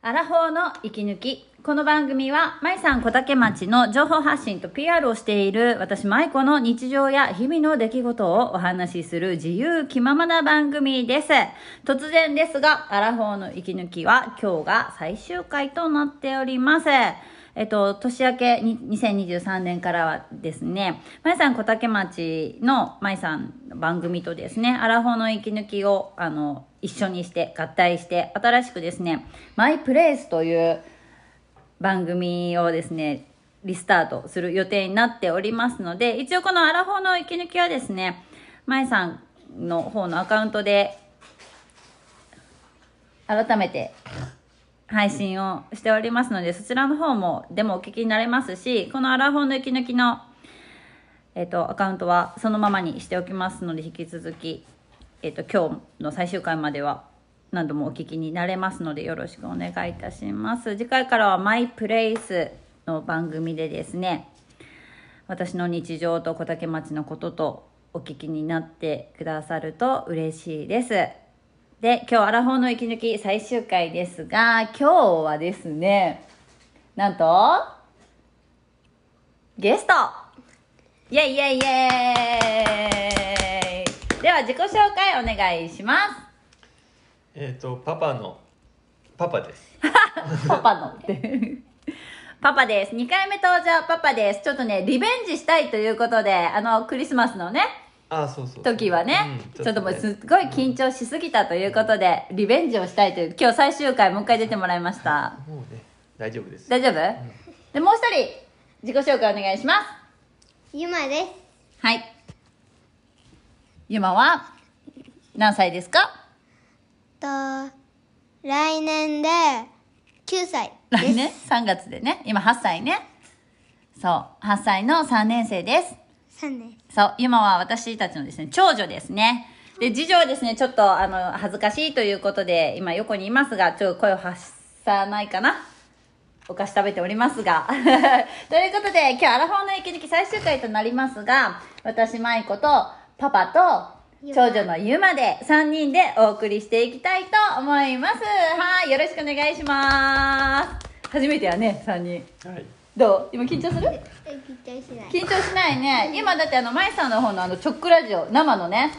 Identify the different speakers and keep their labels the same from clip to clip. Speaker 1: アラフォーの息抜き。この番組は、舞さん小竹町の情報発信と PR をしている私舞子の日常や日々の出来事をお話しする自由気ままな番組です。突然ですが、アラフォーの息抜きは今日が最終回となっております。えっと、年明けに2023年からはですね、まいさん小竹町のまいさんの番組とですね、アラフォーの息抜きを、あの、一緒にして、合体して、新しくですね、マイプレイスという番組をですね、リスタートする予定になっておりますので、一応このアラフォーの息抜きはですね、まいさんの方のアカウントで、改めて配信をしておりますので、そちらの方もでもお聞きになれますし、このアラフォーの息抜きの、えっ、と、アカウントはそのままにしておきますので、引き続き、えっ、と、今日の最終回までは何度もお聞きになれますので、よろしくお願いいたします。次回からはマイプレイスの番組でですね、私の日常と小竹町のこととお聞きになってくださると嬉しいです。で、今日アラフォーの息抜き最終回ですが、今日はですね、なんと、ゲストイェイイェイイェイでは自己紹介お願いしま
Speaker 2: えっ、とパパのパパです。
Speaker 1: す。パパのって。 パパです。2回目登場、パパです。ちょっとね、リベンジしたいということで、あの、クリスマスのね、
Speaker 2: あそうそうそう。
Speaker 1: 時はね、
Speaker 2: うん
Speaker 1: ちょっともうすっごい緊張しすぎたということで、リベンジをしたいという、今日最終回もう一回出てもらいました。
Speaker 2: もうね大丈夫です。
Speaker 1: 大丈夫、でもう一人自己紹介お願いします
Speaker 3: ゆまです。
Speaker 1: はいゆまは何歳ですか
Speaker 3: と、来年で9歳です。
Speaker 1: 来年3月でね今8歳ねそう8歳の3年生です
Speaker 3: 3年。
Speaker 1: そう、ゆまは私たちのですね、長女ですね。で、次女はですね、ちょっと、あの、恥ずかしいということで、今横にいますが、ちょっと声を発さないかな。お菓子食べておりますが。 ということで、今日アラフォーの息抜き最終回となりますが、私、舞子と、パパと、長女のゆまで3人でお送りしていきたいと思います。はい、よろしくお願いします。初めてやね、3人。
Speaker 2: はい。
Speaker 1: どう今緊張する
Speaker 3: 緊張しない。
Speaker 1: 緊張しないね今だってあの舞さんの方のあのチョックラジオ生のね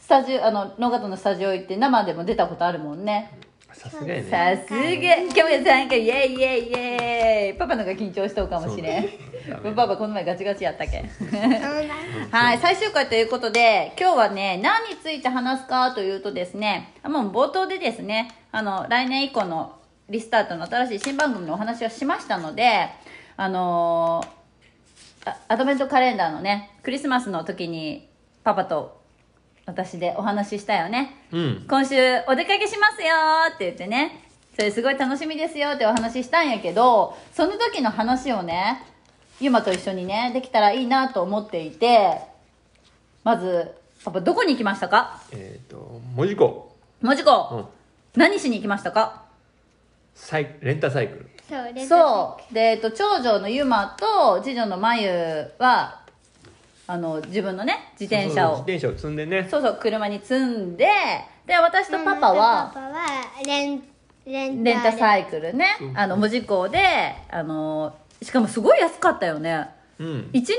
Speaker 1: スタジオあの野方のスタジオ行って生でも出たことあるもんね
Speaker 2: さすがやね。
Speaker 1: さすが今日やさんかイエイイエイイエイパパのが緊張しとうかもしれん
Speaker 2: そうね
Speaker 1: パパこの前ガチガチやったけ
Speaker 3: そうだ。
Speaker 1: はい最終回ということで今日はね何について話すかというとですねもう冒頭でですねあの来年以降のリスタートの新しい新番組のお話をしましたのであのーあアドベントカレンダーのねクリスマスの時にパパと私でお話ししたよね、
Speaker 2: うん。
Speaker 1: 今週お出かけしますよーって言ってねそれすごい楽しみですよってお話ししたんやけどその時の話をねゆまと一緒にねできたらいいなと思っていてまずパパどこに行きましたか
Speaker 2: えっ、と文字庫。
Speaker 1: もじ
Speaker 2: う
Speaker 1: こ、
Speaker 2: ん。
Speaker 1: 何しに行きましたか
Speaker 2: サイレンタサイクル。
Speaker 3: そう、レ
Speaker 1: そうで、えっと、長女のゆまと次女のまゆはあの自分のね自転車を
Speaker 2: そうそう自転車を積んでね。
Speaker 1: そうそう車に積んでで私とパパは
Speaker 3: パパは、レン、レン
Speaker 1: レンタサ
Speaker 3: イ。
Speaker 1: イクルね
Speaker 2: そう
Speaker 1: あの文字工であのしかもすごい安かったよね
Speaker 2: うん。
Speaker 1: 1日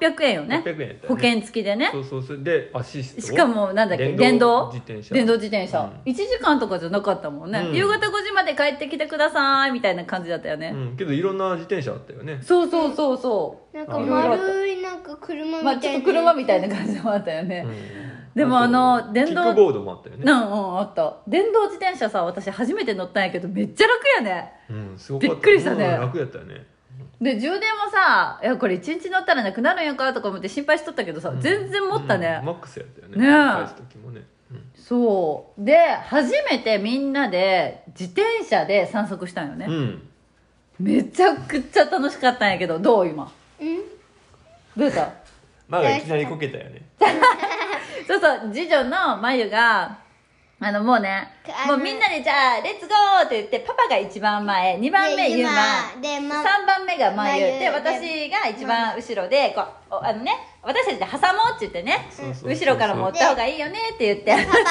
Speaker 1: 800円よね
Speaker 2: 800円やったよ
Speaker 1: 保
Speaker 2: ね
Speaker 1: 険付きでね
Speaker 2: そうそうそうでアシスト。
Speaker 1: しかもなんだっけ電
Speaker 2: 電
Speaker 1: 動
Speaker 2: 動自転車。
Speaker 1: 電動自転車、
Speaker 2: うん
Speaker 1: 1時間とかじゃなかったもんね、
Speaker 2: うん
Speaker 1: 夕方5時まで帰ってきてくださいみたいな感じだったよね、
Speaker 2: うん。けどいろんな自転車あったよね。
Speaker 1: そうそうそうそ
Speaker 3: なんか丸い、なんか車
Speaker 1: う
Speaker 3: み
Speaker 1: ま
Speaker 3: た
Speaker 1: あ
Speaker 3: いな。
Speaker 1: ちょっと車みたいな感じもあったよね、
Speaker 2: うん
Speaker 1: でもあの
Speaker 2: あと
Speaker 1: 電動
Speaker 2: キックボードもあったよ
Speaker 1: うんう
Speaker 2: ね。
Speaker 1: んあった電動自転車さ私初めて乗ったんやけどめっちゃ楽やね
Speaker 2: うん。すごかった。
Speaker 1: びっくりしたね
Speaker 2: うん楽やったよね。
Speaker 1: で充電もさいやこれ1日乗ったらなくなるんやかとか思って心配しとったけどさ、
Speaker 2: うん
Speaker 1: 全然持ったね、
Speaker 2: うんマックスやったよね。
Speaker 1: ねえ
Speaker 2: 返す時もね。うん
Speaker 1: そうで初めてみんなで自転車で散策したんよね、
Speaker 2: うん。
Speaker 1: めちゃくちゃ楽しかったんやけどどう今
Speaker 3: うん。
Speaker 1: どうや った
Speaker 2: まあがいきなりこけたよね。
Speaker 1: そうそう次女のまゆがあのもうね
Speaker 3: あ
Speaker 1: も
Speaker 3: の
Speaker 1: うみんなでじゃあレッツゴーって言ってパパが一番前2番目
Speaker 3: で
Speaker 1: ゆま
Speaker 3: ゆまで、ま、
Speaker 1: 3番目がまゆ
Speaker 3: まゆ
Speaker 1: で私が一番後ろでこうおあのね私たちで挟もうって言ってね
Speaker 2: そうそうそうそう
Speaker 1: 後ろから持った方がいいよねって言って
Speaker 3: パパと、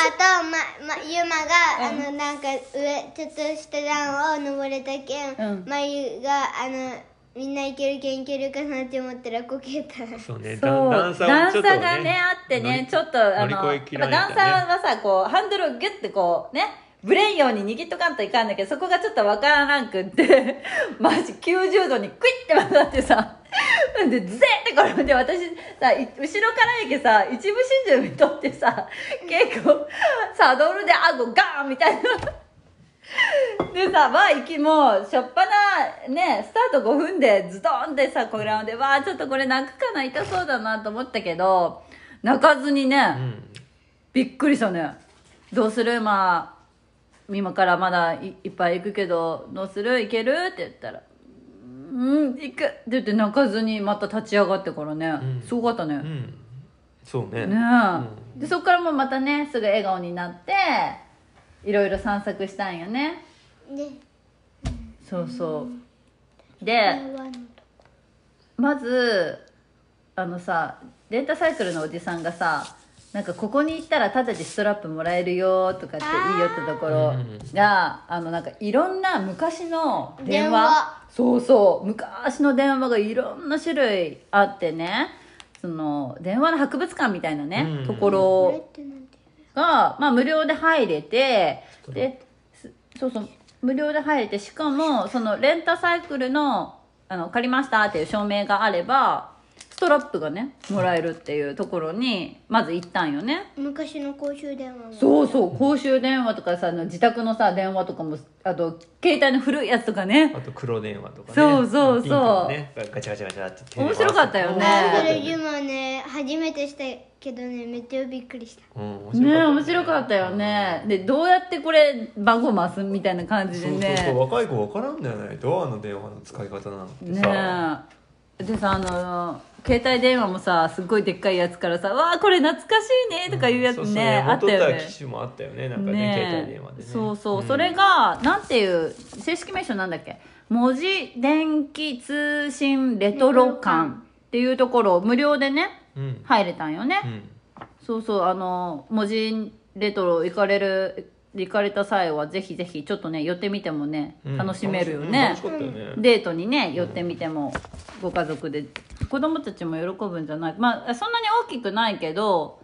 Speaker 3: まま、ゆまが、あのなんか上ちょっとした段を登れたけん、
Speaker 1: うん
Speaker 3: まゆがあのみんないけるけんいけるかなって思ったらこけた
Speaker 2: そうね
Speaker 1: そう段
Speaker 2: 段差をちょ
Speaker 1: 差
Speaker 2: っとね
Speaker 1: がねあって
Speaker 2: 乗
Speaker 1: ね
Speaker 2: り
Speaker 1: ちょっとあの
Speaker 2: 乗
Speaker 1: や
Speaker 2: り越えき
Speaker 1: っ
Speaker 2: ら
Speaker 1: ぱ段
Speaker 2: れたね
Speaker 1: 差はさこうハンドルをギュッてこうねブレんように握っとかんといかんだけどそこがちょっとわからなくって マジ90度にクイッて曲がってさでぜって転んで私さい後ろからやけさ一部始終見とってさ結構サドルで顎ガーンみたいな。でさ、わあ、行きもう、しょっぱな、ね、スタート5分で、ズドンってさ、これで、わあ、ちょっとこれ泣くかな、痛そうだなと思ったけど、泣かずに
Speaker 2: う
Speaker 1: ね、
Speaker 2: ん
Speaker 1: びっくりしたね。どうするまあ、今からまだいいっぱい行くけど、どうする行けるって言ったら、うん、行くって言って泣かずにまた立ち上がってからね、
Speaker 2: うん
Speaker 1: すごかったね。
Speaker 2: うんそうね
Speaker 1: ねえ、でそこからもうまたねすぐ笑顔になっていろいろ散策したんよね
Speaker 3: で
Speaker 1: そうそう
Speaker 3: 台
Speaker 1: で
Speaker 3: 湾の
Speaker 1: まずあのさレンタサイクルのおじさんがさなんかここに行ったらタダでストラップもらえるよとかっていいよってところがあのなんかいろんな昔の電話
Speaker 3: 電話
Speaker 1: そうそう昔の電話がいろんな種類あってねその電話の博物館みたいなね、
Speaker 2: うん
Speaker 1: ところ
Speaker 3: これってなんて
Speaker 1: が、まあ、無料で入れてですそうそう無料で入れてしかもそのレンタサイクルのあの借りましたっていう証明があればストラップがねもらえるっていうところにまず行ったんよね
Speaker 3: 昔の公衆電話う
Speaker 1: そうそう公衆電話とかさあの自宅のさ電話とかもあと携帯の古いやつとかね
Speaker 2: あと黒電話とかね
Speaker 1: そうそうそう
Speaker 2: ピンクのねガチャガチャガチャって手で回す
Speaker 1: 面白かったよね
Speaker 3: あそれ
Speaker 2: う
Speaker 3: ゆまね初めてしたけどねめっちゃびっくりした
Speaker 2: ん
Speaker 1: ね面白かったよねでどうやってこれ番号回すみたいな感じで
Speaker 2: そう
Speaker 1: ね
Speaker 2: そうそう若い子分からんだよねドアの電話の使い方なんてさ
Speaker 1: ねえでさあの携帯電話もさすっごいでっかいやつからさ「わあこれ懐かしいね」とかいうやつ
Speaker 2: そうそう
Speaker 1: ね、あった
Speaker 2: 元
Speaker 1: よ
Speaker 2: 々は
Speaker 1: ね
Speaker 2: 機種もあったよねなんかね携
Speaker 1: ね
Speaker 2: 帯電話でね
Speaker 1: そうそう、
Speaker 2: ん
Speaker 1: それがなんていう正式名称なんだっけ文字電気通信レトロ館っていうところ無料でね
Speaker 2: うん
Speaker 1: 入れたんよね、
Speaker 2: うん
Speaker 1: そうそうあの文字レトロ行かれる行かれた際はぜひぜひちょっとね寄ってみてもね
Speaker 2: うん
Speaker 1: 楽しめるよね、
Speaker 2: 楽しかったよね
Speaker 1: デートにね寄ってみてもご家族で子供たちも喜ぶんじゃないまあそんなに大きくないけど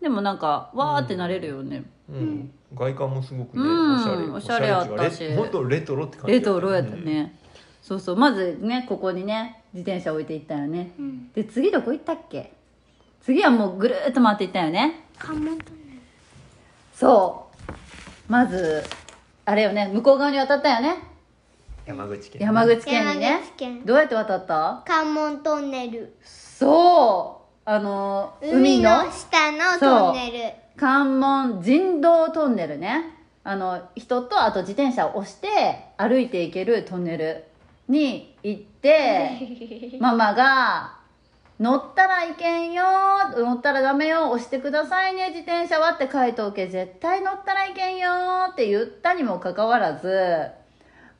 Speaker 1: でもなんかわーってなれるよね、
Speaker 2: うん外観もすごくね
Speaker 1: うん
Speaker 2: おしゃれ
Speaker 1: おしゃれあったし
Speaker 2: おゃれいうかレもっとレトロって感じ
Speaker 1: レトロやったね、そうそうまずねここにね自転車置いていったよね、で次どこ行ったっけ次はもうぐるーっと回っていったよね
Speaker 3: 関門トン
Speaker 1: そうまずあれよね向こう側に渡ったよね
Speaker 2: 山口県
Speaker 1: 山口県にね
Speaker 3: 山口県
Speaker 1: どうやって渡った
Speaker 3: 関門トンネル
Speaker 1: そうあの
Speaker 3: 海
Speaker 1: 海
Speaker 3: の
Speaker 1: の
Speaker 3: 下のトンネ
Speaker 1: 関門人道トンネルねあの人とあと自転車を押して歩いていけるトンネルに行って
Speaker 3: ル
Speaker 1: ママが「乗ったらいけんよ乗ったらダメよ押してくださいね自転車は」って書いておけ絶対乗ったらいけんよって言ったにもかかわらず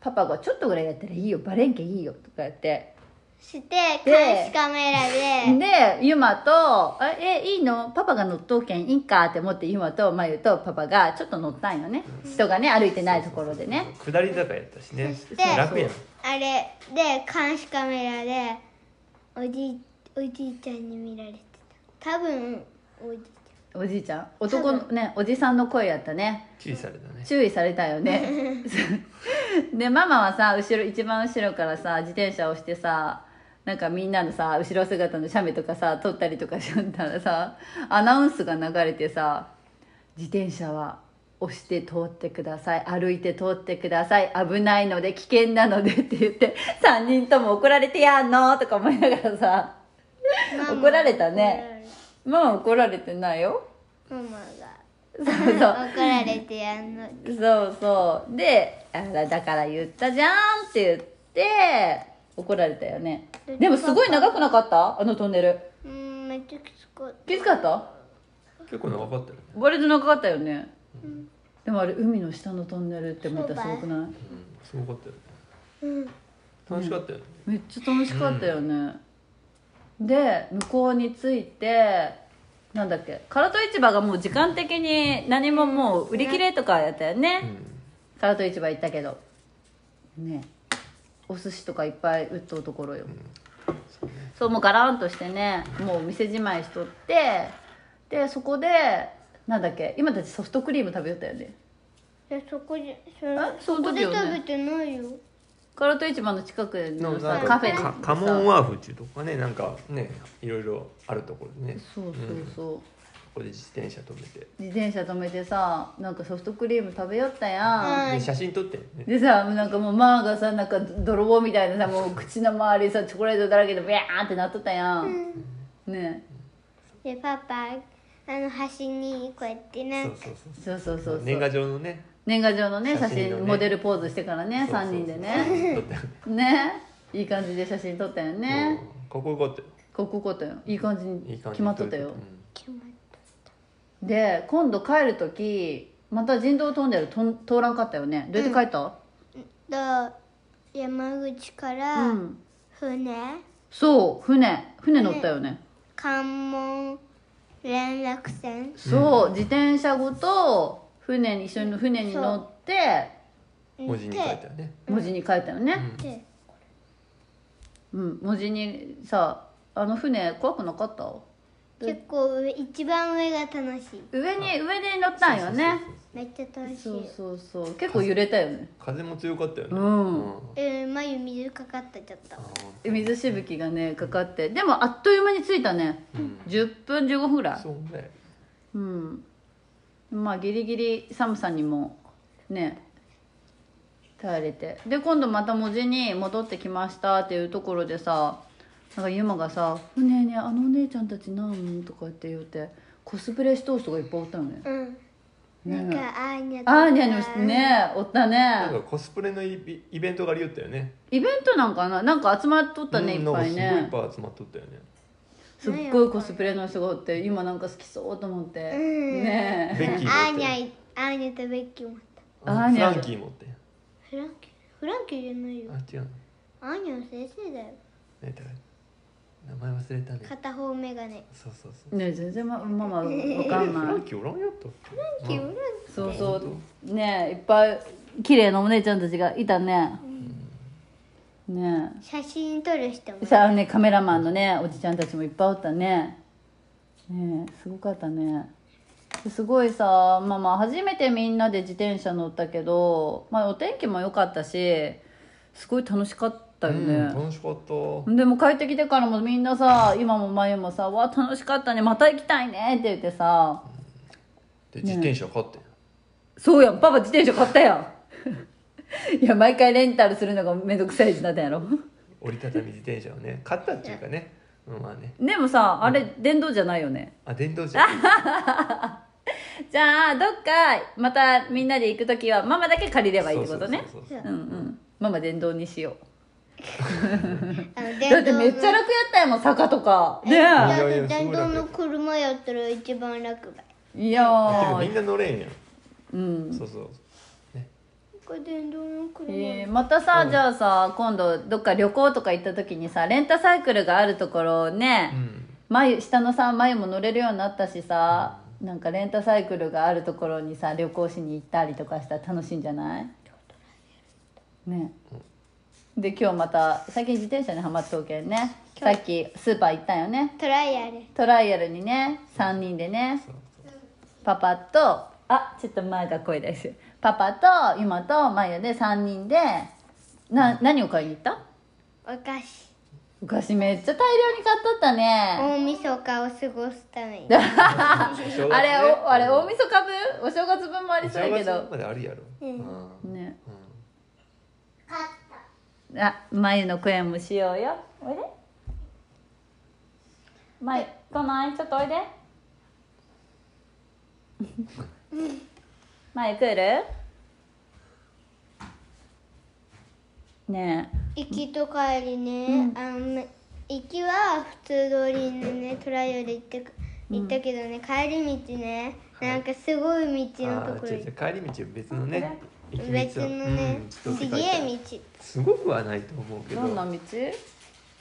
Speaker 1: パパが「ちょっとぐらいやったらいいよバレンケいいよ」とかやって
Speaker 3: して
Speaker 1: で
Speaker 3: 監視カメラで
Speaker 1: でゆまと「あえいいのパパが乗っとうけんいいんか」って思ってゆまとまゆとパパがちょっと乗ったんよね人がね歩いてないところでね
Speaker 2: 下り坂やったしね
Speaker 3: そして
Speaker 2: 楽やん
Speaker 3: あれで監視カメラでおじいおじいちゃんに見られてた多分おじいち
Speaker 1: おじいちゃん男のねおじさんの声やったね
Speaker 2: 注意されたね
Speaker 1: 注意されたよねでママはさ後ろ一番後ろからさ自転車をしてさなんかみんなのさ後ろ姿の写メとかさ撮ったりとかしよったらさアナウンスが流れてさ「自転車は押して通ってください歩いて通ってください危ないので危険なので」って言って3人とも怒られてやんのとか思いながらさ
Speaker 3: ゃんママ
Speaker 1: 怒られたねママ怒られてないよ
Speaker 3: 怒られママ
Speaker 1: そうそう
Speaker 3: が怒られてやんの
Speaker 1: そうそうであらだから言ったじゃんって言って怒られたよねでもすごい長くなかったあのトンネル
Speaker 3: うんめっちゃきつかった
Speaker 1: 気づかった
Speaker 2: 結構長かったよね
Speaker 1: 割と長かったよね、でもあれ海の下のトンネルってまたすごくない
Speaker 2: うんすごかったよね
Speaker 3: うん
Speaker 2: 楽しかったよね
Speaker 1: めっちゃ楽しかったよね、で向こうに着いてなんだっけ唐戸市場がもう時間的に何ももう売り切れとかやったよね、唐戸市場行ったけどねお寿司とかいっぱい売っとうところよ、そうもうガランとしてねもうお店じまいしとってでそこでなんだっけ今たちソフトクリーム食べよったよね
Speaker 3: いやそこでそ
Speaker 1: あそ
Speaker 3: こ
Speaker 1: の時
Speaker 3: で
Speaker 1: よね
Speaker 3: 食べてないよ
Speaker 1: 唐戸市場の近くの
Speaker 2: な
Speaker 1: さ
Speaker 2: んか
Speaker 1: カフェに
Speaker 2: か
Speaker 1: さ
Speaker 2: カモンワーフっていうとこがねなんかねいろいろあるところでね
Speaker 1: そうそうそう、
Speaker 2: ここで自転車止めて
Speaker 1: 自転車止めてさなんかソフトクリーム食べよったやん、
Speaker 3: は
Speaker 2: で
Speaker 3: い
Speaker 2: 写真撮ってね
Speaker 1: でさなんかもうマーがさなんか泥棒みたいなさもう口の周りさチョコレートだらけでビャーンってなっとったやん、ね
Speaker 3: でパパあの端にこうやってな
Speaker 2: そ
Speaker 3: ん
Speaker 2: う
Speaker 3: か
Speaker 2: そうそう
Speaker 1: そうそうそうそう
Speaker 2: 年賀状のね
Speaker 1: 年賀状のね写
Speaker 2: 写真
Speaker 1: 真
Speaker 2: のね
Speaker 1: モデルポーズしてからね
Speaker 2: そうそう
Speaker 1: 3
Speaker 2: そう
Speaker 1: 人でね
Speaker 2: 撮ったよね
Speaker 1: ねいい感じで写真撮ったよね、
Speaker 2: うんこここうって
Speaker 1: ここことよいい感じ
Speaker 2: いい
Speaker 1: に
Speaker 2: 感じ
Speaker 1: 決まっとったよ
Speaker 3: 決まっ
Speaker 1: で今度帰る時また人道トンネルとん通らんかったよねどうやって帰った、
Speaker 3: た山口か
Speaker 1: うん
Speaker 3: ら船
Speaker 1: そう船船乗ったよね、
Speaker 3: 関門連絡船
Speaker 1: そう、自転車ごと船に一緒に船に乗って
Speaker 2: うん文字に書いたよね
Speaker 1: 文字に書いたよね、
Speaker 3: でで
Speaker 1: うん文字にさあの船怖くなかった
Speaker 3: 結構上一番上が楽しい
Speaker 1: 上に上に乗ったんよね
Speaker 3: めっちゃ楽し
Speaker 1: そう
Speaker 3: い
Speaker 1: そうそう結構揺れたよね
Speaker 2: 風も強かったよね
Speaker 1: うん
Speaker 2: うん
Speaker 3: えー、眉水かかったちょっと
Speaker 2: あー
Speaker 1: 水しぶきがねかかってでもあっという間に着いたね、
Speaker 2: うん
Speaker 1: 10分15分ぐらい
Speaker 2: そうね
Speaker 1: うんまあギリギリ寒さにもね耐えれてで今度また文字に戻ってきましたっていうところでさなんかユマがさ「ねえねえあのお姉ちゃんたちなん?」とか言って言うてコスプレしとう人がいっぱいおったよね
Speaker 3: うんなんか、あーにゃと
Speaker 1: あ
Speaker 3: か
Speaker 1: ーにゃにゃしてねおった
Speaker 2: なんか
Speaker 1: ね
Speaker 2: コスプレのイベイベントがありよったよね
Speaker 1: イベントなんかななんか集まっとったね、
Speaker 2: うん
Speaker 1: いっ
Speaker 2: なん
Speaker 1: ぱ
Speaker 2: か
Speaker 1: い
Speaker 2: すごいい
Speaker 1: ね
Speaker 2: っぱい集まっとったよね
Speaker 1: すっごいコスプレの人がおって今なんか好きそうと思って、
Speaker 3: うん
Speaker 1: ね
Speaker 2: ベッキーも
Speaker 3: あ
Speaker 2: お
Speaker 3: ー
Speaker 2: っ
Speaker 3: に
Speaker 2: て
Speaker 3: ゃいあーにゃとベッキーもあった
Speaker 1: あー
Speaker 2: フ
Speaker 1: にゃ
Speaker 2: ランキーもおって
Speaker 3: フランキーフランキーじゃないよ
Speaker 2: あ違うの
Speaker 3: あーにゃの先生だよ
Speaker 2: ね誰名前忘れたね
Speaker 3: 片方眼鏡
Speaker 2: そうそうそう
Speaker 1: えねえ全然まママわ
Speaker 2: え
Speaker 1: かん
Speaker 2: フ
Speaker 1: な
Speaker 2: ラ
Speaker 1: い
Speaker 2: ンキーおらんやったっけフラン
Speaker 3: キーフラン
Speaker 1: そうそうねえいっぱい綺麗なお姉ちゃんたちがいたね、ね
Speaker 3: 写真撮る人も
Speaker 1: えさあねカメラマンのねおじちゃんたちもいっぱいおったねねえすごかったねですごいさまあまあ初めてみんなで自転車乗ったけど、まあ、お天気も良かったしすごい楽しかったよね、
Speaker 2: うん楽しかった
Speaker 1: でも帰ってきてからもみんなさ今も前もさ「わあ楽しかったねまた行きたいね」って言ってさ
Speaker 2: で自転車買って
Speaker 1: そうやんパパ自転車買ったやん いや毎回レンタルするのがめんどくさいしなったんやろ
Speaker 2: 折りたたみ自転車をね買ったっていうかねうんまあね
Speaker 1: でもさあれ電動じゃないよね
Speaker 2: あ電動自転車
Speaker 1: じゃあどっかまたみんなで行く時はママだけ借りればいいってことね
Speaker 2: そうそう
Speaker 3: そ
Speaker 2: そう
Speaker 3: う
Speaker 1: うんうんママ電動にしよ
Speaker 3: あの
Speaker 1: うだって
Speaker 3: 電動の
Speaker 1: めっちゃ楽やったやもん坂とかね
Speaker 2: や
Speaker 3: だっ
Speaker 2: いやい
Speaker 3: て
Speaker 2: や
Speaker 3: 電動
Speaker 2: すごい
Speaker 3: の
Speaker 2: 楽
Speaker 3: 車やったら一番楽だよ
Speaker 1: いや
Speaker 2: てかみん
Speaker 1: ー
Speaker 2: な乗れんやん
Speaker 1: うん
Speaker 2: そうそうね
Speaker 3: これ電動の車、
Speaker 1: えーまたさ、じゃあさ今度どっか旅行とか行った時にさレンタサイクルがあるところをね、
Speaker 2: うん
Speaker 1: 眉下のさ眉も乗れるようになったしさなんかレンタサイクルがあるところにさ旅行しに行ったりとかしたら楽しいんじゃないねで今日また最近自転車にはまっとうけんねさっきスーパー行ったよね
Speaker 3: トライアル
Speaker 1: トライアルにね3人でね
Speaker 2: そうそう
Speaker 1: パパとあちょっと前が声出してるパパと今とマヤで3人でな何を買いに行った
Speaker 3: お菓子
Speaker 1: お菓子めっちゃ大量に買っとったね
Speaker 3: 大晦日を過ごすため
Speaker 2: 正
Speaker 3: に
Speaker 2: 月ね
Speaker 1: あれおあれ大晦日分お正月分もあり
Speaker 2: お
Speaker 1: そうや
Speaker 2: 正
Speaker 1: け
Speaker 2: 月分
Speaker 1: ど
Speaker 2: まであるやろ
Speaker 3: うん
Speaker 2: うん
Speaker 1: ね
Speaker 2: うん
Speaker 1: あ眉の声もしようよおいで眉来ないちょっとおいで 眉来るねえ
Speaker 3: 行きと帰りね、あのめ行きは普通通りにねトライアル行ってく行ったけどね、帰り道ねなんかすごい道のと
Speaker 2: あ
Speaker 3: こ
Speaker 2: ー
Speaker 3: ろ
Speaker 2: 違う違う帰り道は別のね行き道を
Speaker 3: 別のね
Speaker 2: うんちょっと
Speaker 3: す
Speaker 2: って
Speaker 3: げ
Speaker 2: 書いてある
Speaker 3: え道
Speaker 2: すごくはないと思うけど
Speaker 1: どんな道
Speaker 2: あ
Speaker 1: 道
Speaker 2: い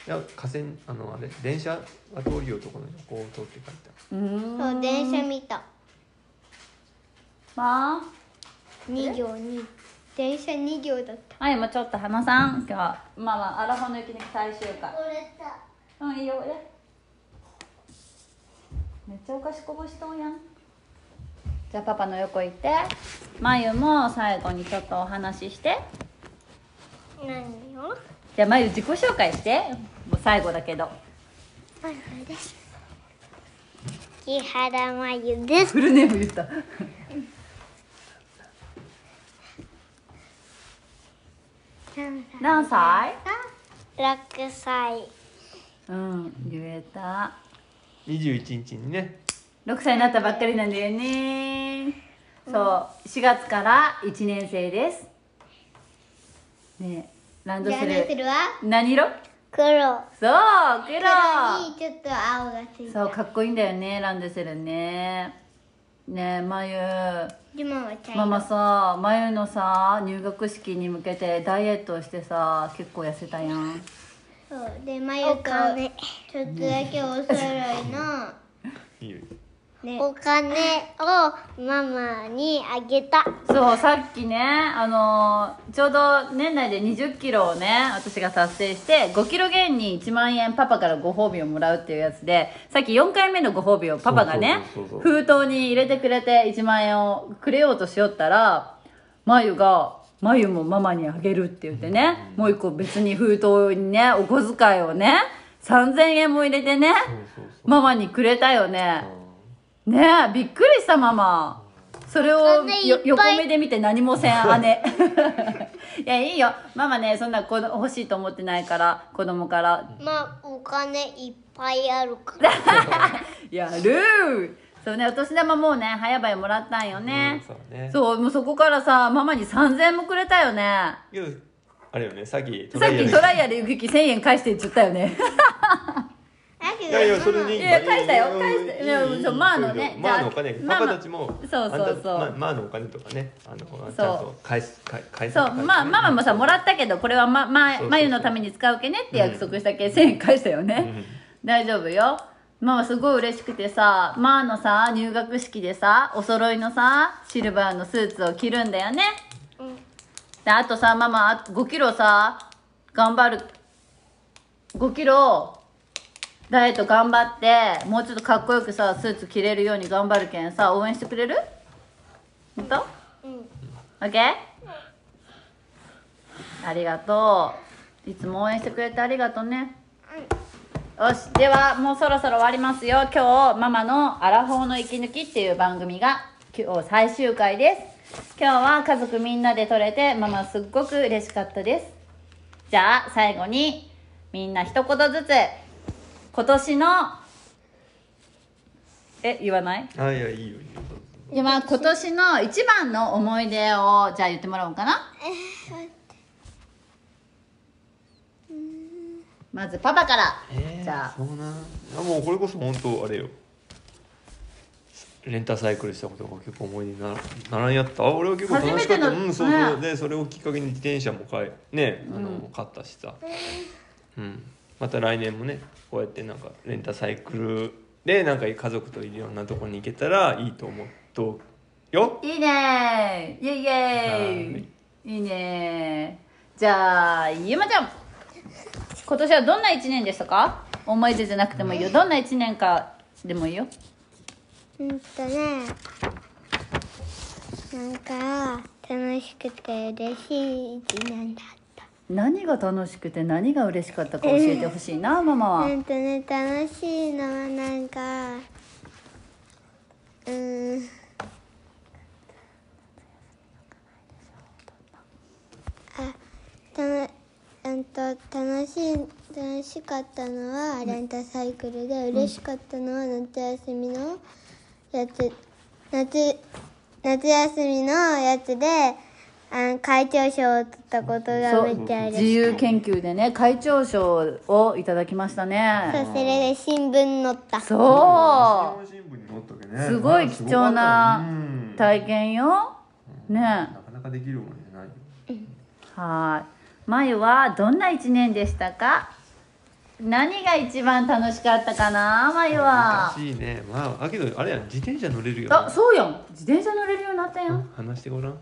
Speaker 2: や河川あのあれ電車が通るようところにこう通って書いてある
Speaker 1: うー
Speaker 3: そうん電車見た
Speaker 1: まあ
Speaker 3: 2行に電車2行だった
Speaker 1: はいもうちょっと花さん今日はまあまあアラフォーの息抜き最終回
Speaker 3: れた
Speaker 1: うんいいよおいでめっちゃお菓子こぼしとんやんじゃあパパの横行ってまゆも最後にちょっとお話しして
Speaker 3: 何よ
Speaker 1: じゃあまゆ自己紹介してもう最後だけど
Speaker 3: マユです木原まゆです
Speaker 1: フルネーム言った
Speaker 3: 何歳
Speaker 1: 何歳
Speaker 3: 6歳
Speaker 1: うん言えた
Speaker 2: 21日にね
Speaker 1: 6歳になったばっかりなんだよねそう4月から1年生ですねえランド
Speaker 3: じゃあ
Speaker 1: セ
Speaker 3: 何す
Speaker 1: ル
Speaker 3: るは
Speaker 1: 何色
Speaker 3: 黒
Speaker 1: そう黒
Speaker 3: 黒にちょっと青がつい
Speaker 1: そう
Speaker 3: た
Speaker 1: かっこいいんだよねランドセルねねえまゆ
Speaker 3: ジマは茶色
Speaker 1: ママさまゆのさ入学式に向けてダイエットしてさ結構痩せたやん
Speaker 3: そうでまゆとちょっとだけお揃いの
Speaker 2: いいよ
Speaker 3: お金をママにあげた
Speaker 1: そうさっきねあのーちょうど年内で2 0キロをね私が達成して5キロ減に1万円パパからご褒美をもらうっていうやつでさっき4回目のご褒美をパパがね
Speaker 2: そうそうそうそう
Speaker 1: 封筒に入れてくれて1万円をくれようとしよったらまゆが「まゆもママにあげる」って言ってねもう一個別に封筒にねお小遣いをね3000円も入れてね
Speaker 2: そうそうそう
Speaker 1: ママにくれたよね。
Speaker 2: う
Speaker 1: ねえびっくりしたママそれを
Speaker 3: そんないっぱい
Speaker 1: よ横目で見て何もせん姉 いやいいよママねそんな子欲しいと思ってないから子供から
Speaker 3: まあお金いっぱいあるから
Speaker 1: やるそうねお年玉もうね早々もらったんよ
Speaker 2: ん
Speaker 1: ね、
Speaker 2: そうだね
Speaker 1: そうもうそこからさママに3000円もくれたよね
Speaker 2: けどあれよねさっきト
Speaker 1: さっ
Speaker 2: イアル
Speaker 1: きトライアルゆきき1000円返してっちゃったよ ね
Speaker 2: いやいやそれでいい
Speaker 1: い
Speaker 2: ん
Speaker 1: や
Speaker 2: だ
Speaker 1: 返したよ
Speaker 2: いい
Speaker 1: 返した
Speaker 2: いい
Speaker 1: でも
Speaker 2: いいいい
Speaker 1: そうマーのね
Speaker 2: そういうのマーのお金
Speaker 1: じゃあ
Speaker 2: パパたちも
Speaker 1: まあまあそうそうそう
Speaker 2: あんたまマーのお金とかねあのちゃんと返す返返す
Speaker 1: そうまあママもさもら
Speaker 2: っ
Speaker 1: ったけどこれはまま
Speaker 2: そうそうそう
Speaker 1: まゆのために使うけねって約束したけ、1000円返したよね、大丈夫よママすごい嬉しくてさマーのさ入学式でさお揃いのさシルバーのスーツを着るんだよねであとさママあ5キロさ頑張る5キロダイエット頑張ってもうちょっとかっこよくさスーツ着れるように頑張るけんさ応援してくれる本当
Speaker 3: うん、
Speaker 1: オッケーありがとういつも応援してくれてありがとうねよしではもうそろそろ終わりますよ今日ママの「アラフォーの息抜き」っていう番組が今日最終回です今日は家族みんなで撮れてママすっごく嬉しかったですじゃあ最後にみんな一言ずつ今年のえ言わない
Speaker 2: あいやいいよいいよどうぞ
Speaker 1: いやまあ今年の一番の思い出をじゃあ言ってもらおうかなまずパパから、
Speaker 2: えー
Speaker 1: じゃ
Speaker 2: そうなんあもうこれこそ本当あれよレンタサイクルしたことが結構思い出になならんやったあ俺は結構楽しかっ
Speaker 1: 初め
Speaker 2: た
Speaker 1: ての
Speaker 2: うんそうそう、
Speaker 1: ね
Speaker 2: でそれをきっかけに自転車も買えねあの、買ったしさ、うん、また来年もねこうやってなんかレンタサイクルでなんか家族といろんなとこに行けたらいいと思うとよ
Speaker 1: あいいねーイエイイエ
Speaker 2: はい
Speaker 1: イいいねーじゃあゆまちゃん今年はどんな一年でしたか思い出じゃなくてもいいよどんな一年かでもいいよ
Speaker 3: うんとねなんか楽しくて嬉しい一年だった
Speaker 1: 何が楽しくて何が嬉しかったか教えてほしいなママは
Speaker 3: うんとね楽しいのはなんかうんあたのうんと楽しい楽しかったのはレンタサイクルで嬉しかったのは夏休みのやつ夏夏休みのやつであ会長賞を取ったことがめっちゃ嬉しい
Speaker 1: 自由研究でね会長賞をいただきましたね
Speaker 3: そうそれで新聞載った
Speaker 1: そう
Speaker 2: 新聞に載ったけね
Speaker 1: すごい貴重な
Speaker 2: うん
Speaker 1: 体験よ。ね
Speaker 2: なかなかできるもんじゃないよ
Speaker 1: え。はーい。まゆはどんな一年でしたか。何が一番楽しかったかなまゆは
Speaker 2: 難しいねまああけどあれやん自転車乗れるよ
Speaker 1: あ
Speaker 2: な
Speaker 1: そうやん自転車乗れるようになったやん
Speaker 2: 話してごらん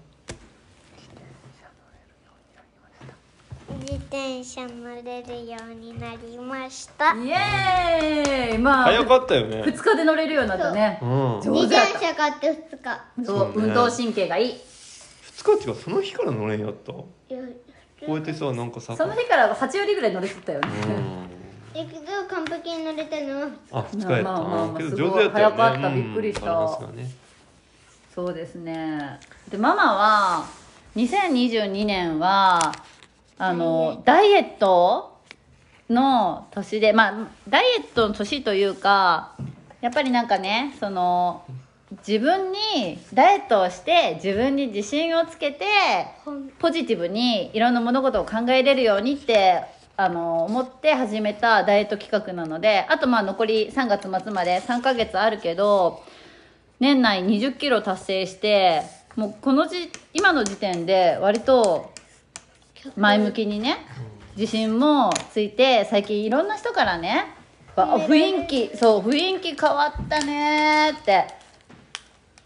Speaker 3: 自転車乗れるようになりました
Speaker 1: イエーイまあ
Speaker 2: 早かったよね
Speaker 1: 2日で乗れるようになったね
Speaker 2: うん
Speaker 1: 上
Speaker 3: 自
Speaker 1: 手だった
Speaker 3: 転車買って2日
Speaker 1: そう
Speaker 2: そうね
Speaker 1: 運動神経がいい
Speaker 2: 2日違うその日から乗れんやったこ
Speaker 3: いや
Speaker 2: うやってさなんかさ
Speaker 1: その日から8割ぐらい乗れてたよね
Speaker 2: うん
Speaker 3: だけど完璧に乗れたのは
Speaker 2: あ2日やった
Speaker 1: まあまあまあ
Speaker 2: けど上手やったよね
Speaker 1: すごい早かったびっくりした
Speaker 2: うんバランスがね
Speaker 1: そうですねでママは2022年はあのダイエットの年でまあダイエットの年というかやっぱりなんかねその自分にダイエットをして自分に自信をつけて
Speaker 3: 本
Speaker 1: ポジティブにいろんな物事を考えれるようにってあの思って始めたダイエット企画なのであとまあ残り3月末まで3ヶ月あるけど年内2 0キロ達成してもうこのじ今の時点で割と前向きにね自信もついて最近いろんな人からね「わ雰囲気そう雰囲気変わったね」って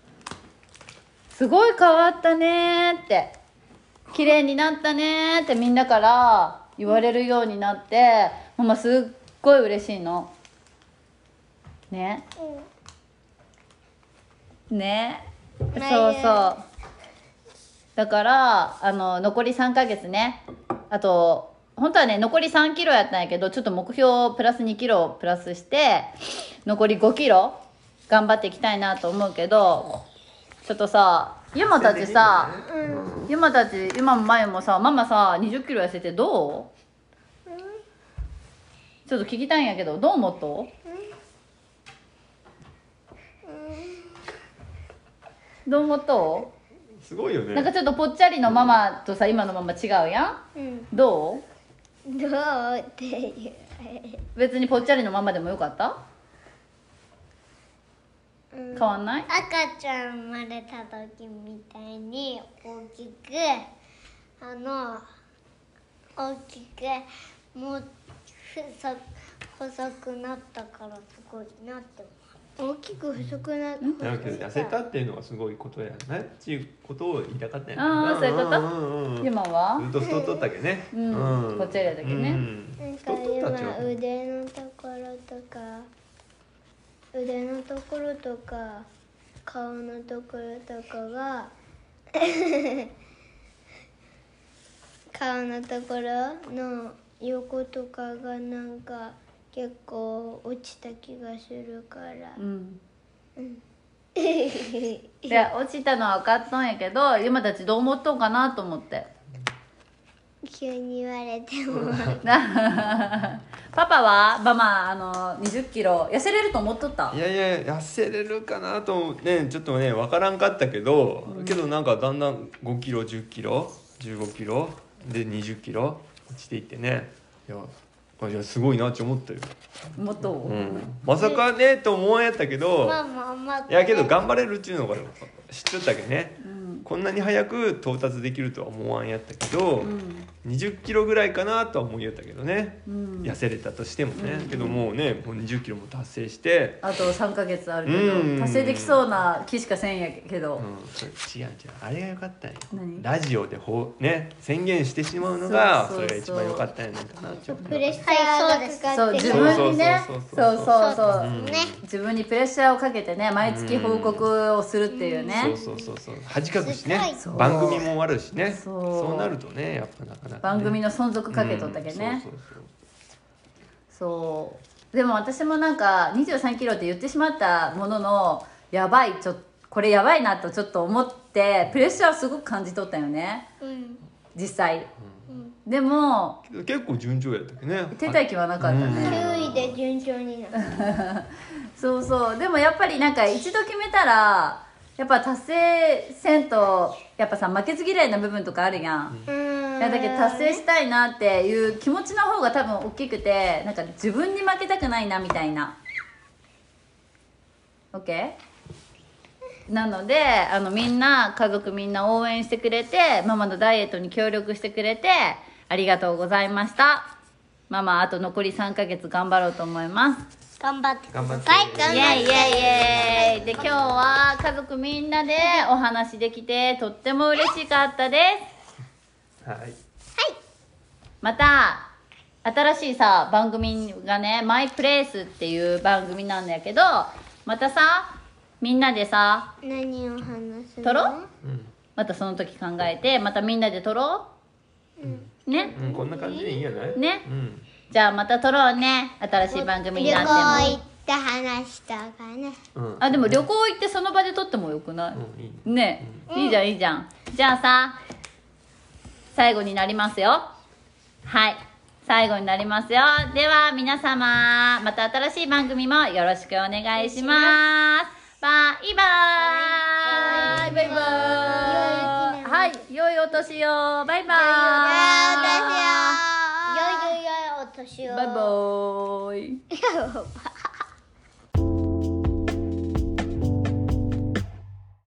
Speaker 1: 「すごい変わったね」って「綺麗になったね」ってみんなから言われるようになってママすっごい嬉しいの。ねね
Speaker 3: ね
Speaker 1: そうそうだからあの残り3ヶ月ねあと本当はね残り3キロやったんやけどちょっと目標をプラス2キロプラスして残り5キロ頑張っていきたいなと思うけどちょっとさゆまたちさゆまたち今も前もさママさ2 0キロ痩せてどうちょっと聞きたいんやけどどう思っとどう思っと
Speaker 2: すごいよね
Speaker 1: なんかちょっとぽっちゃりのママとさ今のママ違うや
Speaker 3: うん
Speaker 1: んどう
Speaker 3: どうっていう
Speaker 1: 別にぽっちゃりのままでもよかった、
Speaker 3: うん
Speaker 1: 変わんない
Speaker 3: 赤ちゃん生まれた時みたいに大きくあの大きくもうふさ細くなったからすごいなって思う大きく細くなっ
Speaker 2: だけど痩せたっていうのがすごいことやなっていうことを言いたかったんやな
Speaker 1: あーそういうこと
Speaker 2: んうんうん
Speaker 1: 今は
Speaker 2: ずっと太っとったっけね
Speaker 1: うんこっちやったっけね
Speaker 2: うん
Speaker 3: なん
Speaker 2: 太
Speaker 3: か
Speaker 2: っとったっちゃ
Speaker 3: 今
Speaker 2: う
Speaker 3: 腕のところとか腕のところとか顔のところとかが 顔のところの横とかがなんか結構落ちた気がするから
Speaker 1: うん
Speaker 3: う
Speaker 1: いや落ちたのは分かっとんやけど今たちどう思っとんかなと思って
Speaker 3: 急に言われても
Speaker 1: な パパはママあの2 0キロ痩せれると思っとった
Speaker 2: いやいや痩せれるかなと思うねちょっとね分からんかったけど、けどなんかだんだん5キロ1 0キロ1 5キロで2 0キロ落ちていってねいやあいやすごいなって思ったよ、
Speaker 1: もっと、
Speaker 2: うん、まさかねと思うんやったけど、
Speaker 3: まあまあまあ
Speaker 2: いやけど頑張れるっていうのが知っとったけどね
Speaker 1: うん
Speaker 2: こんなに早く到達できるとは思わんやったけど、
Speaker 1: うん
Speaker 2: 20キロぐらいかなとは思いやったけどね、
Speaker 1: うん
Speaker 2: 痩せれたとしてもね、けどもうねもう20キロも達成して、
Speaker 1: あと3ヶ月あるけど、
Speaker 2: うん
Speaker 1: 達成できそうな気しかせんやけど、
Speaker 2: うん、それ違う違うあれが良かったんよ
Speaker 1: 何
Speaker 2: ラジオでほうね宣言してしまうのが
Speaker 1: そうそ
Speaker 2: そ
Speaker 1: うそう
Speaker 2: れが一番良かったんやないかなって思う
Speaker 3: プレッシャーがかかって
Speaker 1: そう自分にね
Speaker 2: そうそう
Speaker 1: そ
Speaker 2: そうう
Speaker 1: そ
Speaker 2: そうう
Speaker 1: そう、
Speaker 2: うん
Speaker 3: ね
Speaker 1: 自分にプレッシャーをかけてね毎月報告をするっていうね、
Speaker 2: そうそうそうそう恥かくしね
Speaker 3: す
Speaker 1: ごい
Speaker 2: 番組も終わるしね
Speaker 1: そ
Speaker 2: そううなるとねやっぱなかなか、ね、
Speaker 1: 番組の存続かけとったけね、
Speaker 2: うんそうそうそう
Speaker 1: そうでも私もなんか2 3キロって言ってしまったもののやばいちょこれやばいなとちょっと思ってプレッシャーをすごく感じとったよね
Speaker 3: うん
Speaker 1: 実際、でも
Speaker 2: けど結構順調やったっけね
Speaker 1: 手たきはなかったね、
Speaker 3: 9位で順調になった
Speaker 1: そうそうでもやっぱりなんか一度決めたらやっぱ達成せんとやっぱさ負けず嫌いな部分とかあるやん、
Speaker 3: うん
Speaker 1: いやだけど達成したいなっていう気持ちの方が多分大きくてなんか自分に負けたくないなみたいな OK? なのであのみんな家族みんな応援してくれてママのダイエットに協力してくれてありがとうございましたママあと残り3ヶ月頑張ろうと思います
Speaker 4: 頑張ってくだ
Speaker 2: 頑張って
Speaker 4: さい。
Speaker 2: 頑
Speaker 1: イエイイエイイエイで今日は家族みんなでお話できてとっても嬉しかったです
Speaker 2: はい
Speaker 1: また新しいさ番組がね「マイプレイスっていう番組なんだけどまたさみんなでさ
Speaker 3: 何を話すの
Speaker 1: 撮ろ
Speaker 2: うん
Speaker 1: またその時考えてまたみんなで撮ろう、ね
Speaker 2: うん、こんな感じでいいんじゃない
Speaker 1: ね
Speaker 2: うん
Speaker 1: じゃあまた撮ろうね新しい番組に
Speaker 3: 旅
Speaker 1: な
Speaker 3: 行
Speaker 1: って
Speaker 3: 行
Speaker 1: も
Speaker 3: って話したからね
Speaker 2: うん
Speaker 1: あでも旅行行ってその場で撮ってもよくない、
Speaker 2: うんいい
Speaker 1: ねいいじゃんいいじゃんじゃあさ最後になりますよはい最後になりますよでは皆様また新しい番組もよろしくお願いしますバイバイバイバイはい良いお年をバイバ
Speaker 3: 私
Speaker 1: イ
Speaker 3: よ
Speaker 4: よいよいよいお年を。
Speaker 1: バイバイ